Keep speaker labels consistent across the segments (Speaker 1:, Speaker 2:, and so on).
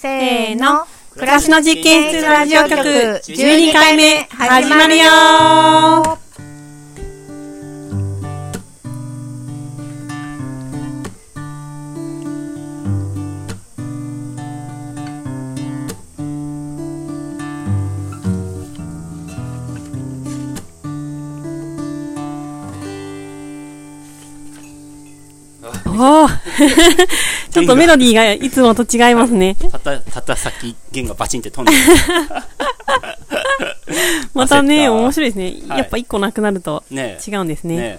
Speaker 1: せーの。
Speaker 2: 暮らしの実験室ラジオ局12回目始まるよおお ちょっとメロディーがいつもと違いますね。
Speaker 1: たった、たったさっき弦がバチンって飛んでる。
Speaker 2: また
Speaker 1: 焦っ
Speaker 2: ね、
Speaker 1: た
Speaker 2: 面白いですね。
Speaker 1: はい
Speaker 2: やっぱ一個なくなると
Speaker 1: ねえ
Speaker 2: 違うんですね。
Speaker 1: ね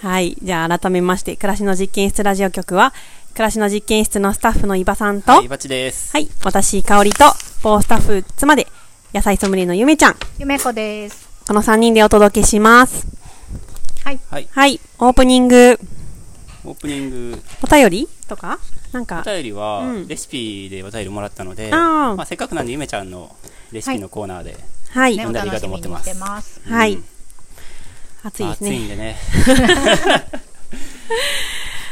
Speaker 2: はい。じゃあ改めまして、暮らしの実験室ラジオ局は、暮らしの実験室のスタッフの伊庭さんと、
Speaker 1: は、
Speaker 2: はいい、
Speaker 1: バチです。
Speaker 2: 私、香りと、某スタッフ、妻で、野菜ソムリエのゆめちゃん、
Speaker 3: ゆめこです。
Speaker 2: この3人でお届けします。
Speaker 3: はい。
Speaker 1: はい、
Speaker 2: はい。オープニング、
Speaker 1: オープニング、
Speaker 2: お便りとかなんか
Speaker 1: お、便りは
Speaker 2: うん、
Speaker 1: レシピでお便りもらったので、
Speaker 2: あー
Speaker 1: まあ、せっかくなんで、ゆめちゃんのレシピのコーナーで、
Speaker 2: はい。
Speaker 3: ね、
Speaker 1: 飲
Speaker 3: お
Speaker 1: んだり
Speaker 3: 楽
Speaker 1: が
Speaker 3: し
Speaker 1: と
Speaker 3: み
Speaker 1: 思
Speaker 3: に
Speaker 1: ってま
Speaker 3: し
Speaker 1: す
Speaker 3: てます。
Speaker 2: は
Speaker 1: う
Speaker 2: い
Speaker 1: ん。
Speaker 2: 暑いです
Speaker 1: 暑い
Speaker 2: ね。
Speaker 1: ん でね。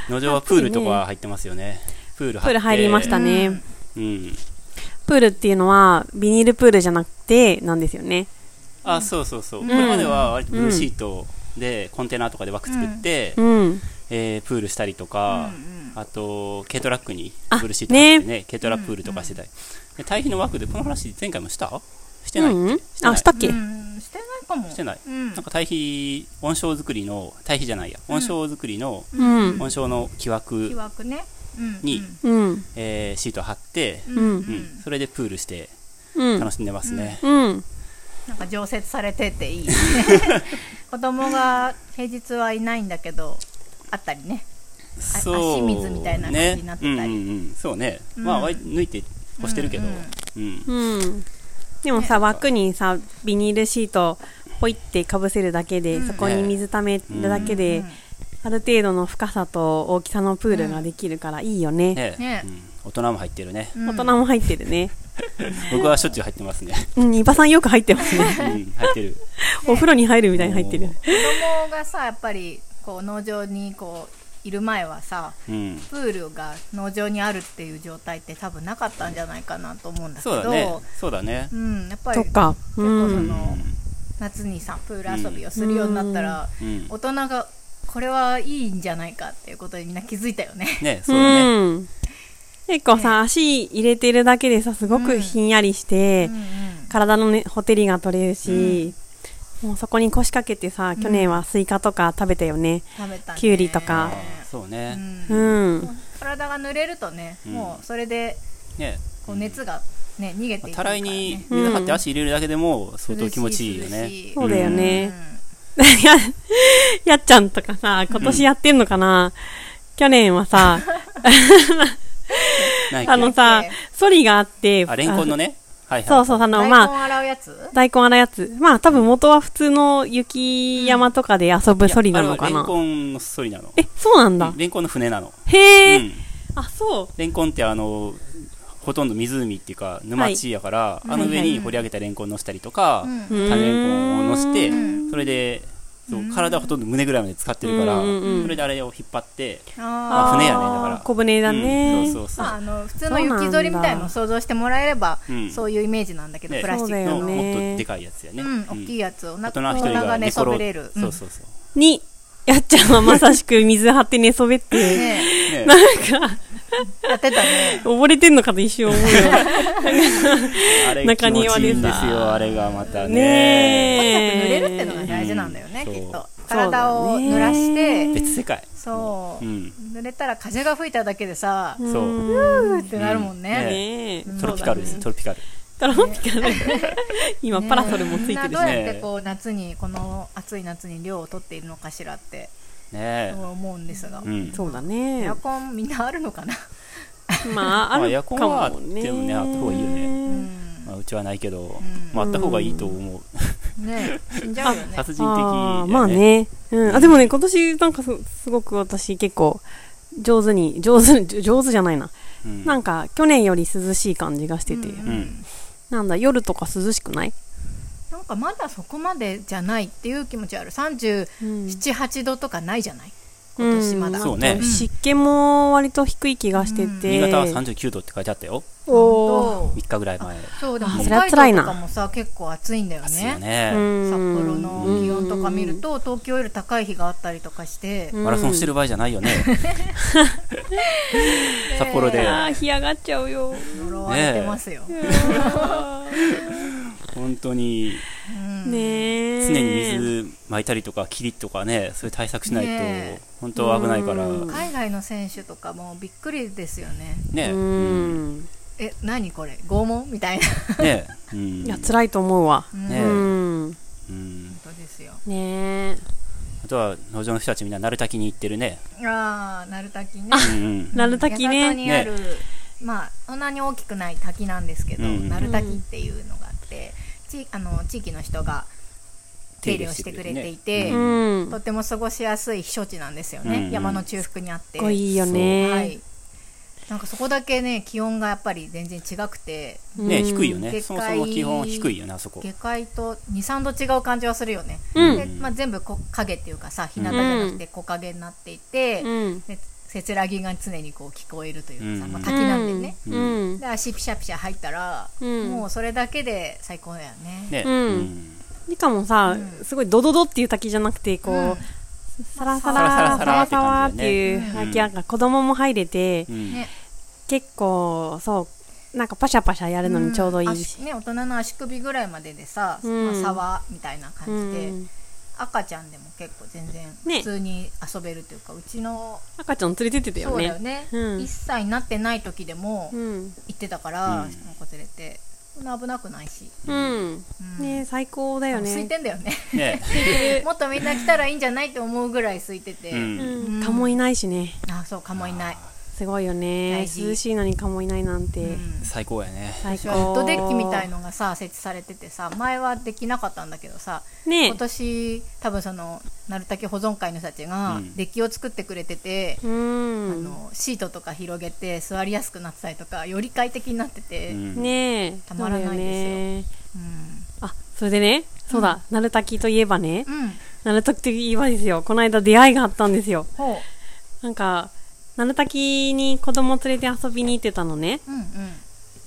Speaker 1: 農場はプールとか入ってますよね。プール入って
Speaker 2: プール入りましたね。
Speaker 3: うん
Speaker 1: うん。
Speaker 2: プールっていうのは、ビニールプールじゃなくて、なんですよね。
Speaker 1: あ、そうそうそう。これまでは、割とブルーシートで、コンテナとかで枠作って、
Speaker 2: うん。
Speaker 1: えープールしたりとか、あと軽トラックに
Speaker 2: あ
Speaker 1: ブルーシート張ってね軽トラプールとかしてたり、で堆肥の枠でこの話前回もしたしてないっけ、
Speaker 2: うんうん
Speaker 1: てない
Speaker 2: あ、したっけ、
Speaker 3: うん、してないかも。
Speaker 1: してない、
Speaker 3: うん
Speaker 1: なんか堆肥温床作りの堆肥じゃないや温床作りの、
Speaker 2: うん。
Speaker 1: 温床の木枠
Speaker 3: 疑惑ね。うん。
Speaker 1: に
Speaker 2: うん。
Speaker 1: えーシート張って、
Speaker 3: う。
Speaker 2: うんん。
Speaker 1: うんそれでプールして
Speaker 2: うん
Speaker 1: 楽。しんでますね、
Speaker 2: うん。
Speaker 3: なんか常設されててい いね。子供が平日はいないんだけど、あったりね。
Speaker 1: そう
Speaker 3: 足水みたいな感じになってたり
Speaker 1: ねうんうんうんそうね、
Speaker 3: うん
Speaker 1: まあ割と抜いて干してるけど、
Speaker 3: うん
Speaker 1: うん
Speaker 2: うん。でもさ、枠にさ、ビニールシート、ポイってかぶせるだけで、
Speaker 3: うん
Speaker 2: そこに水ためるだけで、ある程度の深さと大きさのプールができるからいいよね。
Speaker 1: ね
Speaker 3: ね
Speaker 1: うん、大人も入ってるね、
Speaker 3: うん
Speaker 2: 大人も入ってるね。
Speaker 1: 僕はしょっちゅう入ってま すね、
Speaker 2: うん、伊庭さんよく入ってますね。
Speaker 1: うん、入ってる
Speaker 2: お風呂に入るみたいに入ってる。
Speaker 3: 子供がさ、やっぱり、こう、農場に、こう、いる前はさ、
Speaker 1: うん
Speaker 3: プールが農場にあるっていう状態って多分なかったんじゃないかなと思うんだけ
Speaker 1: そう
Speaker 3: ど、
Speaker 1: だね。そうだね
Speaker 3: う。ん、やっぱり
Speaker 2: とか。う
Speaker 3: 結構そ
Speaker 2: ん。
Speaker 3: の夏にさプール遊びをするようになったら、
Speaker 1: うん。
Speaker 3: 大人がこれはいいんじゃないかっていうことにみんな気づいたよね。
Speaker 1: ね、そうだね。
Speaker 2: うん。結構さ、足入れてるだけでさ、すごくひんやりして、体のね、ほてりが取れるし、もうそこに腰掛けてさ、去年はスイカとか食べたよね。
Speaker 3: 食べたね
Speaker 2: きゅうりとか
Speaker 1: そうね。
Speaker 2: う
Speaker 3: うん
Speaker 2: ん。
Speaker 3: 体が濡れるとね、
Speaker 1: うん
Speaker 3: もうそれで
Speaker 1: ね。
Speaker 3: こう熱が、ね逃げていく
Speaker 1: た
Speaker 3: からら、
Speaker 1: い
Speaker 3: ね
Speaker 1: に、水張って足入れるだけでも相当気持ちいいよ
Speaker 3: 涼
Speaker 1: ね
Speaker 3: しい涼しい。
Speaker 2: そうだよ
Speaker 3: うん
Speaker 2: ね。や、やっちゃんとかさ、今年やってんのかな、去年はさ、
Speaker 1: うん。ない
Speaker 2: あのさ
Speaker 3: ええ、
Speaker 2: ソリがあって、
Speaker 1: あ、レンコンのね。はいはい。
Speaker 2: そうそう、あの、
Speaker 3: 大
Speaker 2: まあ、
Speaker 3: 根洗うやつ、
Speaker 2: 大根洗うやつ。まあ、多分元は普通の雪山とかで遊ぶソリなのか
Speaker 1: あれ
Speaker 2: な
Speaker 1: はレン。コンのソリなの。
Speaker 2: え、そうなんだ
Speaker 1: うん。レンコンの船なの。
Speaker 2: へ
Speaker 1: う
Speaker 2: え、
Speaker 1: ん。
Speaker 2: あ、そう。
Speaker 1: レンコンってあの、ほとんど湖っていうか沼地やから、あの上に掘り上げたレンコン乗せたりとか、
Speaker 3: うん
Speaker 2: うーん
Speaker 1: 種レンコンを乗せて
Speaker 3: ん、
Speaker 1: それで、そう
Speaker 3: うん
Speaker 1: 体ほとんど胸ぐらいまで使ってるから、
Speaker 2: うんうんうん
Speaker 1: それであれを引っ張って、
Speaker 3: あ
Speaker 1: あ
Speaker 3: ー
Speaker 1: 船やねだから
Speaker 2: あー小舟だね。
Speaker 1: うんそうそうそう
Speaker 3: まあ、あの普通の雪ぞりみたいのを想像してもらえれば
Speaker 1: うん
Speaker 3: そういうイメージなんだけど、
Speaker 1: ね
Speaker 3: プラスチック
Speaker 2: そう
Speaker 3: の
Speaker 2: だよね
Speaker 1: もっとでかいやつやね、
Speaker 3: うん、大きいやつを、な
Speaker 1: 大
Speaker 3: んか
Speaker 1: 人一人が寝
Speaker 3: 寝そ
Speaker 1: 転
Speaker 3: べ
Speaker 1: んで
Speaker 3: れる。
Speaker 1: そうそうそう、
Speaker 2: に、やっちゃんはまさしく水張って寝そべっ
Speaker 3: うん。
Speaker 2: て、
Speaker 3: ね
Speaker 1: ね
Speaker 2: なんか、
Speaker 3: えやってた ね。
Speaker 2: 溺れてんのかと一瞬思うよ。
Speaker 1: あれ気
Speaker 2: 中
Speaker 1: 持
Speaker 2: 庭
Speaker 1: ち
Speaker 2: でさ
Speaker 1: いいんですよあれがまた
Speaker 2: ね
Speaker 3: と
Speaker 1: ね
Speaker 3: に
Speaker 2: え
Speaker 3: かく濡れるってのが大事なんだよね、
Speaker 1: うん
Speaker 3: きっと
Speaker 2: う。
Speaker 3: 体を濡らして、
Speaker 1: 別世界
Speaker 3: そうう。
Speaker 1: ん
Speaker 3: 濡れたら風が吹いただけでさ、
Speaker 1: そう、
Speaker 3: ふーってなるもんね。
Speaker 2: ねえ。
Speaker 1: トロピカルです、トロピカル
Speaker 2: トロピカル。今、パラソルもつ
Speaker 3: み
Speaker 2: い
Speaker 3: ん
Speaker 2: て
Speaker 3: な
Speaker 2: る
Speaker 3: ど
Speaker 2: し
Speaker 3: う
Speaker 2: ね。
Speaker 3: やってこう夏に、この暑い夏に涼を取っているのかしらって
Speaker 1: ね
Speaker 3: 思うんですが
Speaker 1: え、う。ん
Speaker 2: そうだ
Speaker 3: エ
Speaker 2: ね
Speaker 3: ア。コンみんなあるのかな
Speaker 2: まあ、あ
Speaker 1: まあ
Speaker 2: るかもね。
Speaker 1: エアコンはあってもねあった方がいいよ
Speaker 3: う
Speaker 1: ね
Speaker 3: ん。
Speaker 1: まあ、うちはないけど、
Speaker 3: ん
Speaker 1: まあ、あった方がいいと思う
Speaker 3: ねえ死んじゃうよね。
Speaker 1: 殺人的だ
Speaker 2: あ
Speaker 1: よ
Speaker 2: ーまあね。うん。あ、でもね、今年なんかすすごく私結構上手に、上手に、上手じゃないな。
Speaker 1: うん
Speaker 2: なんか、去年より涼しい感じがしてて。
Speaker 3: うん
Speaker 1: うん
Speaker 2: なんだ、夜とか涼しくない
Speaker 3: なんかまだそこまでじゃないっていう気持ちある。37、
Speaker 2: うん
Speaker 3: 8度とかないじゃない今年まだ、
Speaker 1: そうね
Speaker 2: 湿気も割と低い気がしてて、
Speaker 1: 新潟は39度って書いてあったよ
Speaker 2: おー
Speaker 3: 本
Speaker 1: 3日ぐらい前で
Speaker 3: 当そうで
Speaker 2: あ
Speaker 3: も
Speaker 2: それは
Speaker 3: 北
Speaker 2: 辛い
Speaker 3: 海
Speaker 2: な
Speaker 3: 道とかもさ結構暑いんだよね
Speaker 1: すよ
Speaker 2: う
Speaker 1: ね、
Speaker 2: ん
Speaker 3: 札幌の気温とか見ると東京より高い日があったりとかして、
Speaker 2: うん
Speaker 1: マラソンしてる場合じゃな いよね札幌で
Speaker 2: あー干上がっちゃうよ
Speaker 3: 呪われてますよ、
Speaker 1: 本当に
Speaker 3: うん
Speaker 2: ねえ
Speaker 1: 常に水撒いたりとか霧とかねそういう対策しない
Speaker 3: ねえ
Speaker 1: と本当危ないから
Speaker 2: うん
Speaker 1: ね
Speaker 3: 海外の選手とかもびっくりですよね
Speaker 1: え
Speaker 2: う
Speaker 1: うん
Speaker 2: ん
Speaker 3: え何これ拷問みたいな
Speaker 1: ねえうん
Speaker 2: いや辛いと思うわ
Speaker 3: うん
Speaker 1: ねえ
Speaker 2: うん
Speaker 1: うん
Speaker 3: 本当ですよ
Speaker 2: ねえ
Speaker 1: あとは農場の人たちみんな鳴滝に行ってるね
Speaker 3: ああ鳴滝ね
Speaker 1: うんうん
Speaker 2: 鳴滝
Speaker 3: 八幡
Speaker 2: ね
Speaker 3: にある、まあそんなに大きくない滝なんですけど、
Speaker 1: うん
Speaker 3: 鳴滝っていうのがあってちあの地域の人が手入れをしてくれていて、
Speaker 1: う
Speaker 2: うん
Speaker 3: と
Speaker 2: か
Speaker 3: っても過ごしやすい避暑地なんですよね、
Speaker 1: うん
Speaker 3: 山の中腹にあって
Speaker 2: っこいいよ
Speaker 3: は
Speaker 2: ね
Speaker 3: い、なんかそこだけね気温がやっぱり全然違くて
Speaker 1: ねえ
Speaker 2: うん
Speaker 1: 低いよね
Speaker 3: で
Speaker 1: そもそも基本低いよねあそこ
Speaker 3: 下界と23度違う感じはするよね、
Speaker 2: うん
Speaker 3: でまあ、全部こ影っていうかさ日向じゃなくて木陰になっていて、
Speaker 2: うん
Speaker 3: でせつらぎが常にこう聞こえるというかさ、
Speaker 1: うん
Speaker 3: まあ、滝なんでね、
Speaker 2: う
Speaker 1: うん
Speaker 2: ん
Speaker 3: で足ピシャピシャ入ったら、
Speaker 2: うん
Speaker 3: もうそれだけで最高だよね
Speaker 1: ねえ
Speaker 2: うん
Speaker 1: うん
Speaker 2: しかもさ
Speaker 3: うん
Speaker 2: すごいドドドっていう滝じゃなくてこ
Speaker 3: う
Speaker 2: うんサラサ
Speaker 1: サラ
Speaker 2: ラ
Speaker 1: サ
Speaker 2: サ
Speaker 1: ラ
Speaker 2: ラ
Speaker 1: サ
Speaker 2: サ
Speaker 1: ラ
Speaker 2: ラって
Speaker 1: っ感じだよね
Speaker 2: ていう
Speaker 1: うん
Speaker 2: 滝なんか子供も入れて
Speaker 1: うん
Speaker 3: ね
Speaker 2: 結構そうなんかパシャパシャやるのにちょうどいいし
Speaker 3: うん足ね、大人の足首ぐらいまででさ、
Speaker 2: うん
Speaker 3: まあ、沢みたいな感じで、
Speaker 2: うん
Speaker 3: 赤ちゃんでも結構全然
Speaker 2: ね
Speaker 3: 普通に遊べるというか、うちの
Speaker 2: 赤ちゃん連れてってた
Speaker 3: そ
Speaker 2: よ
Speaker 3: うだよ
Speaker 2: ね
Speaker 3: ね、
Speaker 2: うん
Speaker 3: 1歳になってない時でも
Speaker 2: うん
Speaker 3: 行ってたから、
Speaker 1: うん
Speaker 3: 子連れてそんな危なくないし、
Speaker 2: うんね最高だよ
Speaker 3: 空い
Speaker 2: ね
Speaker 3: てんだよね
Speaker 1: ね
Speaker 3: もっとみんな来たらいいんじゃないって思うぐらい空いてて、
Speaker 1: えうん
Speaker 2: うん
Speaker 3: うん
Speaker 2: 蚊もいないしね
Speaker 3: あそうかもいない、
Speaker 2: すごいよね
Speaker 3: 大事
Speaker 2: 涼しいのに蚊もいないなん
Speaker 3: う
Speaker 2: て
Speaker 3: ん
Speaker 1: 最高やね
Speaker 2: 最
Speaker 3: 私はウッ
Speaker 2: 高
Speaker 3: ドデッキみたいのがさ設置されててさ前はできなかったんだけどさ
Speaker 2: ね
Speaker 3: 今年多分その鳴滝保存会の人たち
Speaker 1: う
Speaker 3: が
Speaker 1: ん
Speaker 3: デッキを作ってくれてて、
Speaker 2: う
Speaker 3: あ
Speaker 2: ん
Speaker 3: のシートとか広げて座りやすくなってたりとかより快適になってて、
Speaker 1: う
Speaker 3: うん
Speaker 1: ん
Speaker 2: ねえ
Speaker 3: たまらないですよ
Speaker 2: そうだねあそれでねそうだ鳴滝といえばね
Speaker 3: うん
Speaker 2: 鳴滝といえばですよこの間出会いがあったんですよ
Speaker 3: ほ
Speaker 2: なんか鳴滝に子供連れて遊びに行ってたのね
Speaker 3: ううんうん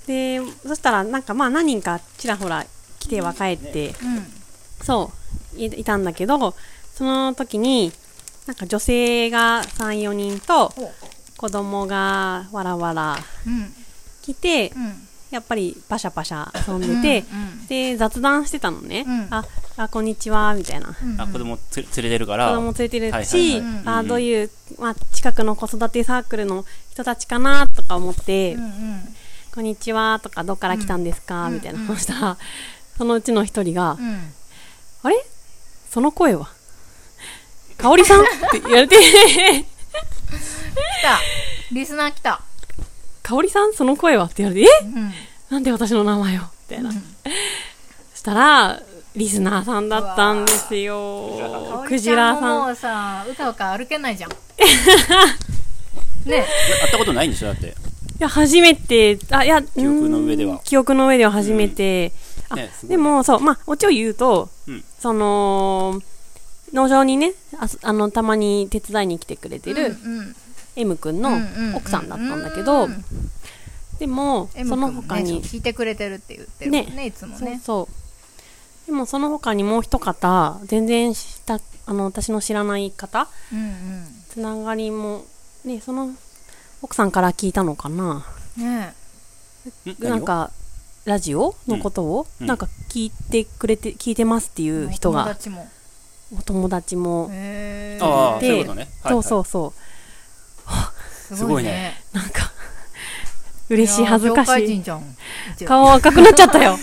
Speaker 2: でそしたらなんかまあ何人かちらほら来ては帰って、
Speaker 3: うん
Speaker 2: そういいたんだけどその時になんか女性が34人と
Speaker 3: ほう
Speaker 2: 子供がわらわら
Speaker 3: うん
Speaker 2: 来て
Speaker 3: うん
Speaker 2: やっぱりパシャパシャ遊んでて、
Speaker 3: うん
Speaker 2: で雑談してたのね、
Speaker 3: うん
Speaker 2: ああこんにちはみたいな子
Speaker 3: うんうん
Speaker 1: あ子供つ連れてるから
Speaker 2: 供連れて
Speaker 1: はい
Speaker 2: る
Speaker 1: はい
Speaker 2: し、
Speaker 1: はい
Speaker 2: あどういう、まあ、近くの子育てサークルの人たちかなとか思って、
Speaker 3: うんうん
Speaker 2: こんにちはとかどっから来たんですか、
Speaker 3: うん
Speaker 2: みたいな話したら、そのうちの一人が、
Speaker 3: うん
Speaker 2: あれその声は香織さんって言われて
Speaker 3: 来たリスナー来た
Speaker 2: 香織さんその声はって言われてえ
Speaker 3: うん
Speaker 2: なんで私の名前をみたいな、そしたらリスナーさんだったんですよク
Speaker 3: クジ
Speaker 2: ジラ
Speaker 3: ラさんもも
Speaker 2: さん
Speaker 3: うさうかうか歩けないじゃ んね
Speaker 1: 会ったことないんでしょだって
Speaker 2: いや初めてあいや記
Speaker 1: 憶の上では
Speaker 2: 記憶の上では初めて、
Speaker 1: うん
Speaker 2: あ
Speaker 1: ねすごいね
Speaker 2: でもそうまあオチを言うと
Speaker 1: うん
Speaker 2: その農場にねああのたまに手伝いに来てくれてる
Speaker 3: うん
Speaker 2: M 君の奥さんだったんだけど、
Speaker 3: うんうん
Speaker 2: でも、
Speaker 3: M
Speaker 2: その
Speaker 3: 君もね
Speaker 2: 他に、
Speaker 3: そう聞いてくれてるって言ってる
Speaker 2: ね
Speaker 3: もんねいつも
Speaker 2: そう
Speaker 3: ね
Speaker 2: そうでもその他にもう一方全然したあの私の知らない方
Speaker 3: うん
Speaker 2: つながりもねその奥さんから聞いたのかな
Speaker 3: うんね
Speaker 1: 何を
Speaker 2: なんかラジオのことを、
Speaker 1: うん
Speaker 2: なんか聞いてくれて聞いてますっていう人
Speaker 3: 友
Speaker 2: が
Speaker 3: 達も
Speaker 2: お友達も、
Speaker 3: へー
Speaker 1: ああそう
Speaker 2: で
Speaker 1: いうことねはい
Speaker 2: そ
Speaker 1: は
Speaker 2: う
Speaker 1: い
Speaker 2: そうそう、
Speaker 3: すごいね
Speaker 2: なんか嬉しい恥ずか
Speaker 3: やー業界
Speaker 2: し
Speaker 3: 人
Speaker 2: い
Speaker 3: じゃん一応
Speaker 2: 顔赤くなっちゃっ たよ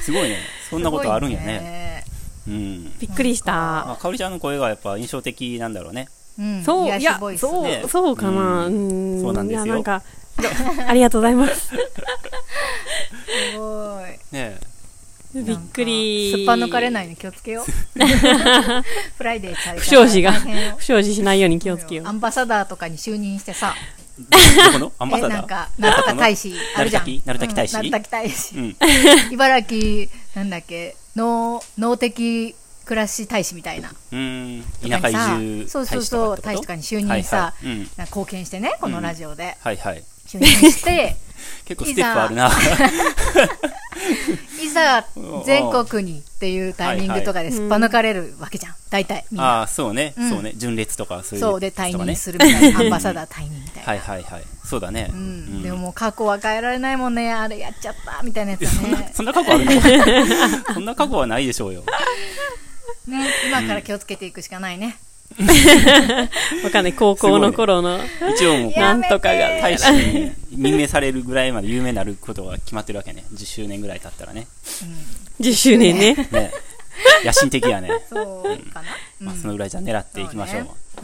Speaker 1: すごいねそんなことあるんや
Speaker 3: すごい
Speaker 1: ねうん
Speaker 2: びっくりし
Speaker 1: ま
Speaker 2: た
Speaker 1: あかおりちゃんの声がやっぱ印象的なんだろうね
Speaker 3: うん
Speaker 2: そう
Speaker 3: 癒
Speaker 2: い
Speaker 3: や
Speaker 2: や
Speaker 3: しボイス
Speaker 2: そう、
Speaker 1: ね
Speaker 2: そうかな、う
Speaker 1: う
Speaker 2: んん、
Speaker 1: そうなんですよ
Speaker 2: いやなんかありがとう ございます。
Speaker 3: すごい
Speaker 1: ね
Speaker 2: びっくり。
Speaker 3: すっぱ抜かれないように気をつ けようフライデーされ
Speaker 2: 不
Speaker 3: たら
Speaker 2: 祥事が、
Speaker 3: 大変よ
Speaker 2: 不祥事しないように気をつけよ
Speaker 3: ア
Speaker 2: う。
Speaker 3: ンバサダーとかに就任してさ
Speaker 1: えどこのアンバ
Speaker 3: え
Speaker 1: サ
Speaker 3: なん
Speaker 1: ダー
Speaker 3: かなんとか大使あるじゃん
Speaker 1: 鳴滝鳴滝大使
Speaker 3: うん鳴滝大使
Speaker 1: うん
Speaker 3: 茨城なんだっけ能能的暮らし大使みたいな
Speaker 1: うん
Speaker 3: と
Speaker 1: 田
Speaker 3: か
Speaker 1: 舎
Speaker 3: にさ
Speaker 1: 移住
Speaker 3: そうそうそう大使とかに就
Speaker 1: は
Speaker 3: 任
Speaker 1: い
Speaker 3: さ、
Speaker 1: はいうん
Speaker 3: なんか貢献してねこのラジオで、
Speaker 1: はいはい
Speaker 3: 就任して
Speaker 1: 結構ステップあるなはい
Speaker 3: ざ全国にっていうタイミングとかで
Speaker 2: うん
Speaker 3: すっぱ抜かれるわけじゃん大体みんな
Speaker 1: ああそうね、
Speaker 3: うん
Speaker 1: そうね純烈とかそういう
Speaker 3: そうで退
Speaker 1: とかね
Speaker 3: 任するみ たいなアンバサダー退任みたいな
Speaker 1: はいはいはいそうだね、
Speaker 3: うん、でももう過去は変えられないもんねあれやっちゃったみたいなやつ
Speaker 1: そ
Speaker 3: だ
Speaker 1: んな
Speaker 3: ね
Speaker 1: そんな過去 あるのそんな過去はないでしょうよ
Speaker 3: ね今から気をつけていくしかないね、
Speaker 2: わかんない。高校の頃の。
Speaker 1: 一応もう
Speaker 2: なんとかが。
Speaker 1: 大使に任命されるぐらいまで有名になることが決まってるわけね10周年ぐらい経ったらね
Speaker 2: 10周年ね。
Speaker 1: ね野心的やね、
Speaker 3: そうかな、うん
Speaker 1: まあ、そのぐらいじゃ狙っていきましょう
Speaker 3: そ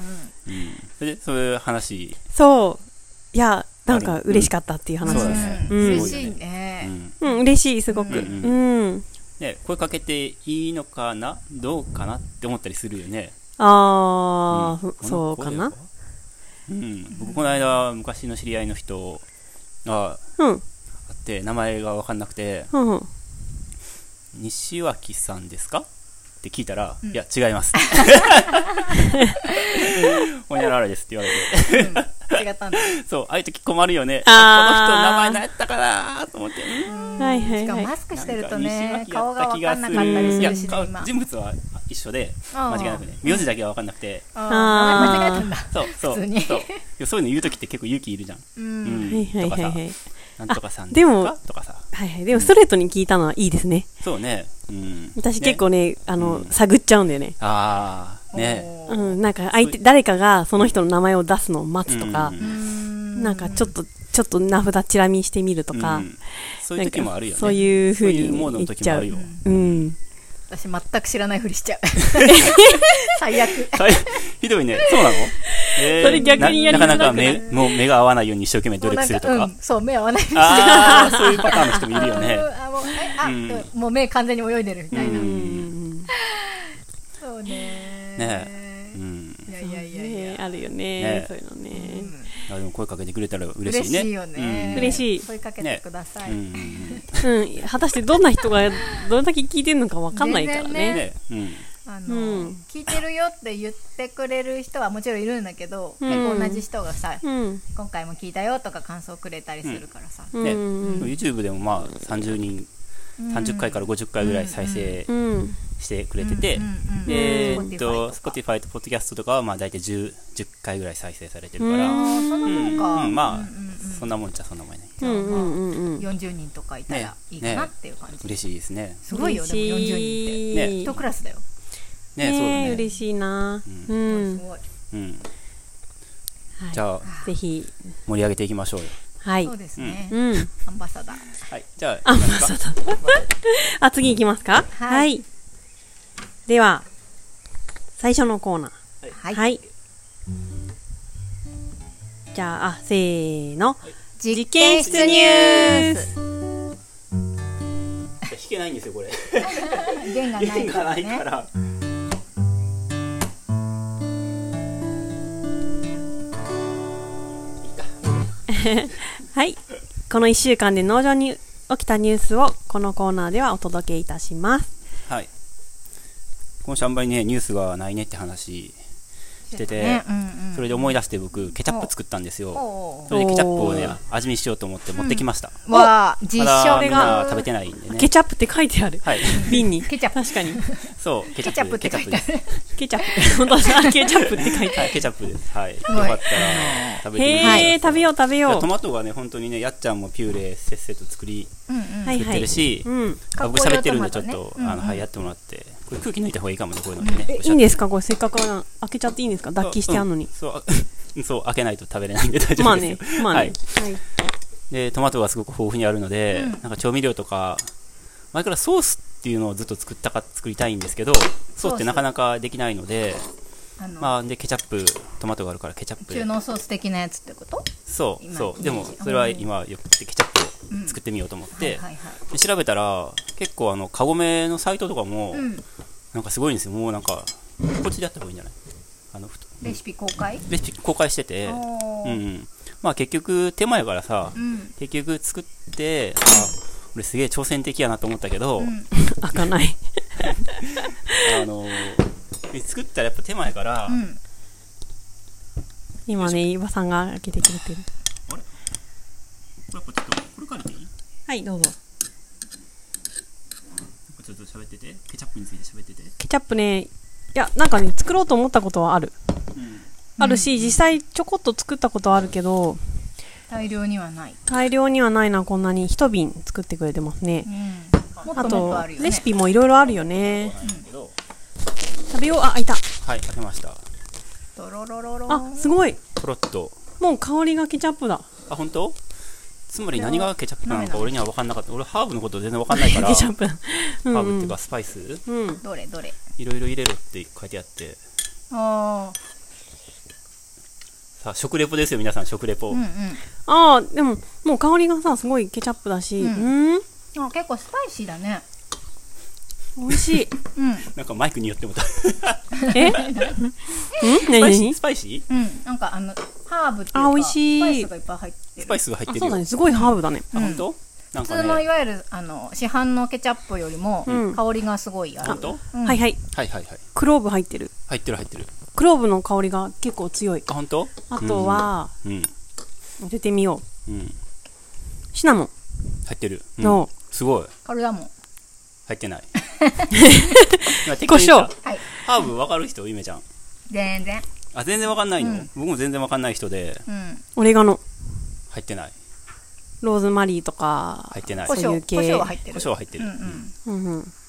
Speaker 3: うん
Speaker 1: う、ん、それでそういう話
Speaker 2: そう。いや、なんか嬉しかったっていう話
Speaker 1: そうだ
Speaker 2: です。
Speaker 1: ね
Speaker 2: うん
Speaker 3: 嬉
Speaker 1: すごい
Speaker 3: しい
Speaker 1: よねう
Speaker 3: ね、
Speaker 1: ん
Speaker 2: うん、嬉しい、すごく。
Speaker 3: う
Speaker 2: うん
Speaker 1: うん
Speaker 2: ん。
Speaker 1: ね、声かけていいのかなどうかなって思ったりするよね
Speaker 2: あ
Speaker 1: うん
Speaker 2: あ、そうかな。
Speaker 1: うん僕この間昔の知り合いの人が
Speaker 2: うん。
Speaker 1: あって名前が分かんなくて
Speaker 2: うんうん。
Speaker 1: 西脇さんですかって聞いたら、
Speaker 3: うん
Speaker 1: いや、違います。ほにゃららですって言われ
Speaker 3: うん違ったんだ、
Speaker 1: て。そう、ああいう時困るよね。あ
Speaker 2: あー
Speaker 1: この人の名前何やったかなと思って。
Speaker 3: う
Speaker 1: う
Speaker 3: ん
Speaker 1: ん
Speaker 2: はいはいはい
Speaker 3: しかもマスクしてると
Speaker 1: なん
Speaker 3: ね
Speaker 1: 西脇や
Speaker 3: 顔
Speaker 1: っ
Speaker 3: が
Speaker 1: た
Speaker 3: 分
Speaker 1: 気が
Speaker 3: か
Speaker 1: す
Speaker 3: ん
Speaker 1: る
Speaker 3: なかったりす
Speaker 1: いや
Speaker 3: るし、ね、
Speaker 1: 顔
Speaker 3: 今
Speaker 1: 人物は一緒で、
Speaker 3: あ
Speaker 1: 間
Speaker 3: ー
Speaker 1: 違いなくね。名字だけは分かんなくて。
Speaker 3: あー間違えたんだ
Speaker 1: そう、そう。
Speaker 3: 普通に
Speaker 1: そういやそういうの言う時って結構勇気いるじゃん。
Speaker 3: う
Speaker 1: うん
Speaker 3: ん
Speaker 2: はいはいはいはい。
Speaker 1: なんとかさん
Speaker 2: あ
Speaker 1: です
Speaker 2: でも
Speaker 1: かとかさ。
Speaker 2: はいはい。でも、ストレートに聞いたのはいいですね。
Speaker 1: そうね。うん。
Speaker 2: 私
Speaker 1: ね
Speaker 2: 結。構ね、あ
Speaker 1: う
Speaker 2: の
Speaker 1: ん、
Speaker 2: 探っちゃうんだよね。
Speaker 1: ああ、ね。
Speaker 3: お
Speaker 2: う
Speaker 3: ー
Speaker 2: ん、なんか相手、誰かがその人の名前を出すのを待つとか
Speaker 3: う
Speaker 1: う、
Speaker 3: ん
Speaker 2: なんかちょっと、ちょっと名札チラ見してみるとか
Speaker 1: う、んそういう時もあるよね。
Speaker 2: そういう風に
Speaker 1: そういうモードの時もあるよ
Speaker 3: 言っちゃ。
Speaker 2: うん。
Speaker 3: 私全く知らないふりし ちゃう最悪
Speaker 1: はい、ひどいね。そうなの、 え
Speaker 2: それ逆にやりづらくな
Speaker 1: ないなかなか目もう目が合わないように一生懸命努力すると
Speaker 3: も
Speaker 1: か。
Speaker 3: うなんうん、そう目合わない
Speaker 1: ああ、そういうパターンの人もいるよね。
Speaker 3: あ もうえあ
Speaker 1: う
Speaker 3: もう目完全に泳いでるみたいな、
Speaker 1: う。
Speaker 2: うんん。
Speaker 3: そうね
Speaker 1: ねうん。
Speaker 3: いやいやいやい
Speaker 2: ね
Speaker 3: や、
Speaker 2: あるよ
Speaker 1: ね
Speaker 2: ね。そういうの
Speaker 3: う
Speaker 2: ね。
Speaker 3: ん
Speaker 1: あでも声かけてくれたら嬉
Speaker 3: 嬉
Speaker 1: しいね。
Speaker 3: しいよね、
Speaker 2: 嬉しい
Speaker 3: 声かけてくださ
Speaker 1: う
Speaker 3: い、
Speaker 1: ん。うん
Speaker 2: うん。果たしてどんな人が、どれだけ聞いてるのかわかんないから
Speaker 3: 全
Speaker 2: ね
Speaker 3: 然。
Speaker 1: ね、うん。
Speaker 3: あの
Speaker 2: うん
Speaker 3: 聞いてるよって言ってくれる人はもちろんいるんだけど、
Speaker 2: うん
Speaker 3: 結構同じ人がさ
Speaker 2: うん。
Speaker 3: 今回も聞いたよとか感想くれたりするからさ、
Speaker 2: う
Speaker 1: ね、
Speaker 2: ん。
Speaker 1: YouTube でもまあ30人、
Speaker 3: うん
Speaker 1: 30回から50回ぐらい再生
Speaker 2: うん。
Speaker 1: してくれてて、
Speaker 3: うんうんうん
Speaker 1: でえ
Speaker 3: うん
Speaker 1: ーっと、
Speaker 3: Spotify か
Speaker 1: Spotify と Podcast とかはまあ大体 10, 10回ぐらい再生されてるから、
Speaker 2: う
Speaker 3: あ
Speaker 2: ん
Speaker 3: ーそんなもんか、
Speaker 1: うんまあ
Speaker 3: うんうん
Speaker 1: そんなもんじゃそんなもんやね。
Speaker 2: うんうんうんうん。
Speaker 3: 40人とかいたらいいかなっていう感じ、
Speaker 1: 嬉しいですね。
Speaker 3: すごいよでも40人って
Speaker 1: ね
Speaker 2: 嬉しい
Speaker 3: 一クラスだよ、
Speaker 1: ね、そうだ
Speaker 2: ね
Speaker 1: ね。
Speaker 2: 嬉しいな。
Speaker 1: う
Speaker 2: うん
Speaker 3: す。ごい
Speaker 1: うん。
Speaker 2: はい
Speaker 1: じゃあ、
Speaker 2: ぜひ。
Speaker 1: 盛り上げていきましょうよ。
Speaker 2: はい
Speaker 3: そう。ですね、
Speaker 2: うん。
Speaker 3: アンバサダー
Speaker 1: はい、じゃあ、
Speaker 2: あ、
Speaker 1: い
Speaker 2: ま
Speaker 1: きます
Speaker 2: あ
Speaker 1: か
Speaker 2: そうだ。あ、次行きますか
Speaker 3: はい
Speaker 2: はい。では、最初のコーナー。
Speaker 3: はい、
Speaker 2: はい。じゃあ、あ、せーの。
Speaker 3: 実
Speaker 2: 験室ニュー
Speaker 3: ス
Speaker 1: 弾けないんですよ、これ。
Speaker 3: 弦がない
Speaker 1: 弦
Speaker 3: か
Speaker 1: が
Speaker 3: ら
Speaker 1: ない
Speaker 3: ね
Speaker 1: から。
Speaker 2: はい。この1週間で農場に起きたニュースをこのコーナーではお届けいたします。
Speaker 1: はい。今週あんまりね、ニュースがないねって話してて、
Speaker 3: ねうんうん
Speaker 1: それで思い出して僕、ケチャップ作ったんですよ。
Speaker 3: おう
Speaker 1: それでケチャップをね、味見しようと思って持ってきました。
Speaker 3: おうわあ実
Speaker 1: まだ
Speaker 3: 証
Speaker 1: みん
Speaker 3: が
Speaker 1: な食べてないんでね
Speaker 2: ケ。チャップって書いてある。
Speaker 1: はい。
Speaker 2: 瓶に。
Speaker 3: ケチャップ
Speaker 2: 確かに。
Speaker 1: そう、ケチ
Speaker 3: ケ
Speaker 1: ャ
Speaker 3: チャ
Speaker 1: ッ
Speaker 3: ッ
Speaker 1: プ
Speaker 3: プっ
Speaker 1: で
Speaker 3: て
Speaker 1: す。
Speaker 3: 書いてあ
Speaker 1: ケチャップ
Speaker 3: る
Speaker 2: ケチャップ。本当だ。 あケチャップって書い
Speaker 1: です
Speaker 2: てあ
Speaker 1: は
Speaker 2: る。
Speaker 1: い、ケチャップです。はい。よ
Speaker 3: ごい
Speaker 1: かったら食べてみてください
Speaker 2: へー、食べよう食べ
Speaker 1: いや
Speaker 2: よ
Speaker 1: トマトがね、本当にね、やっちゃんもピューレせっせと作り、
Speaker 3: うんうん
Speaker 2: う。はい
Speaker 1: 作
Speaker 2: は
Speaker 1: って
Speaker 2: い
Speaker 1: る。し、
Speaker 2: うん。
Speaker 1: あ僕喋ってるんで、ちょっ
Speaker 3: 学校用
Speaker 1: と
Speaker 3: トマ、トね
Speaker 1: あ
Speaker 3: うんう
Speaker 1: の、
Speaker 3: ん
Speaker 1: はい、やってもらって、これ空気抜いた方がいいかもね、こういうのってね。
Speaker 2: え、いいんですかこれせっかくな開けちゃっていいんですか脱
Speaker 1: 気
Speaker 2: 皮してあるのに。
Speaker 1: そう、あそう、開けないと食べれないんで大丈
Speaker 2: ま
Speaker 1: 夫
Speaker 2: あ
Speaker 1: で
Speaker 2: ね
Speaker 1: すよ。。
Speaker 2: まあね。
Speaker 1: で、トマトがすごく豊富にあるので、なんか調味料とか、前からソースっていうのをずっと作ったか、作りたいんですけど、ソースってなかなかできないので、
Speaker 3: あの、
Speaker 1: まあ、で、ケチャップ、トマトがあるからケチャップで
Speaker 3: 中。濃ソース的なやつってこと
Speaker 1: そう、
Speaker 3: 今
Speaker 1: そう。
Speaker 3: イ
Speaker 1: で
Speaker 3: メー
Speaker 1: も、
Speaker 3: ジ
Speaker 1: それは今、よくてケチャップを作ってみようと思っ
Speaker 3: はい
Speaker 1: て、
Speaker 3: はいはい
Speaker 1: で調べたら結構あのカゴメのサイトとかも、
Speaker 3: うん
Speaker 1: なんかすごいんですよもうなんかこっちでやった方がいいんじゃないあのふと
Speaker 3: レシピ公開
Speaker 1: レシピ公開しててうん
Speaker 3: お
Speaker 1: う
Speaker 3: ー
Speaker 1: んまあ結局手前からさ、
Speaker 3: うん
Speaker 1: 結局作ってあ俺すげえ挑戦的やなと思ったけど、
Speaker 3: うん
Speaker 2: 開かない。
Speaker 1: あの作ったらやっぱ手前から、
Speaker 3: うん
Speaker 2: 今ね、伊庭さんが開けてくれてる。
Speaker 1: これやっぱちょっとこれ借りていい
Speaker 2: はい、どうぞ。
Speaker 1: ちょっと喋っててケチャップについて喋ってて、
Speaker 2: ケチャップね、いや、なんかね、作ろうと思ったことはある。
Speaker 1: うん、
Speaker 2: あるし、実際ちょこっと作ったことはあるけど、
Speaker 3: 大量にはない、
Speaker 2: 大量にはないな、こんなに一瓶作ってくれてますね
Speaker 3: う。ん、もっとも
Speaker 2: あ
Speaker 3: っと
Speaker 2: と
Speaker 3: ある、よね
Speaker 2: レシピもいろいろあるよね。
Speaker 1: なんだけど、
Speaker 2: 食べよう、あ、開いた。
Speaker 1: はい開けました
Speaker 3: ドロロロロ
Speaker 2: あ、すごい。
Speaker 1: ポロッと
Speaker 2: もう香りがケチャップだ。
Speaker 1: あ本当つまり何がケチャップなのか俺には分かんなかった俺ハーブのこと全然分かんな い
Speaker 2: ケ
Speaker 1: か
Speaker 2: チ
Speaker 1: ら
Speaker 2: ャップだ。うん
Speaker 1: ハーブっていうかスパイス
Speaker 2: うん。うん。
Speaker 3: どれどれ
Speaker 1: いろいろ入れろって書いてあって
Speaker 3: あー
Speaker 1: さあ食レポですよ皆さん食レポ、
Speaker 3: うんうん
Speaker 2: ああ、でも、もう香りがさ、すごいケチャップだし、う
Speaker 3: うん
Speaker 2: ん、
Speaker 3: あ結構スパイシーだね
Speaker 2: 美味しい。
Speaker 3: うん
Speaker 1: なんかマイクによってもた
Speaker 2: えん
Speaker 1: ス
Speaker 2: 何
Speaker 1: パイシー
Speaker 2: 何
Speaker 1: スパイシー
Speaker 3: うんなんかあのハーブっていうか
Speaker 2: あ美味しい
Speaker 3: スパイスがいっぱい入ってる
Speaker 1: スパイスが入っ
Speaker 2: あ、
Speaker 1: て
Speaker 2: そ
Speaker 1: る
Speaker 2: う
Speaker 1: よ
Speaker 2: だね。すごいハーブだね。
Speaker 1: あ本当、なん
Speaker 3: 普通
Speaker 1: か
Speaker 3: のい
Speaker 1: ね
Speaker 3: わゆるあの市販のケチャップよりも
Speaker 2: うん
Speaker 3: 香りがすごいあ
Speaker 1: 本
Speaker 3: る、
Speaker 1: 当
Speaker 3: うん
Speaker 2: はいはい。
Speaker 1: はいはいはい
Speaker 2: クローブ入ってる。
Speaker 1: 入ってる入ってる
Speaker 2: クローブの香りが結構強い。
Speaker 1: あ本当
Speaker 2: あとは、
Speaker 1: うん
Speaker 2: 当ててみよ
Speaker 1: うん
Speaker 2: う。シナモン
Speaker 1: 入ってる、うん
Speaker 2: の、
Speaker 1: すごい
Speaker 3: カルダモン
Speaker 1: 入って ない今適当に言った
Speaker 2: 胡
Speaker 3: はい
Speaker 1: ハーブ分かる人ゆめちゃん
Speaker 3: 全然
Speaker 1: あ全然分かんないの、
Speaker 3: うん
Speaker 1: 僕も全然分かんない人で
Speaker 3: うん
Speaker 2: オレガノ、
Speaker 1: 入ってない
Speaker 2: ローズマリーとか、
Speaker 1: 入ってない
Speaker 3: 胡
Speaker 2: そう
Speaker 3: 椒
Speaker 2: いう
Speaker 3: 胡
Speaker 2: 系
Speaker 3: 椒は入ってる
Speaker 1: 胡椒は入って
Speaker 3: う
Speaker 1: る、
Speaker 3: んうん
Speaker 2: うんうん、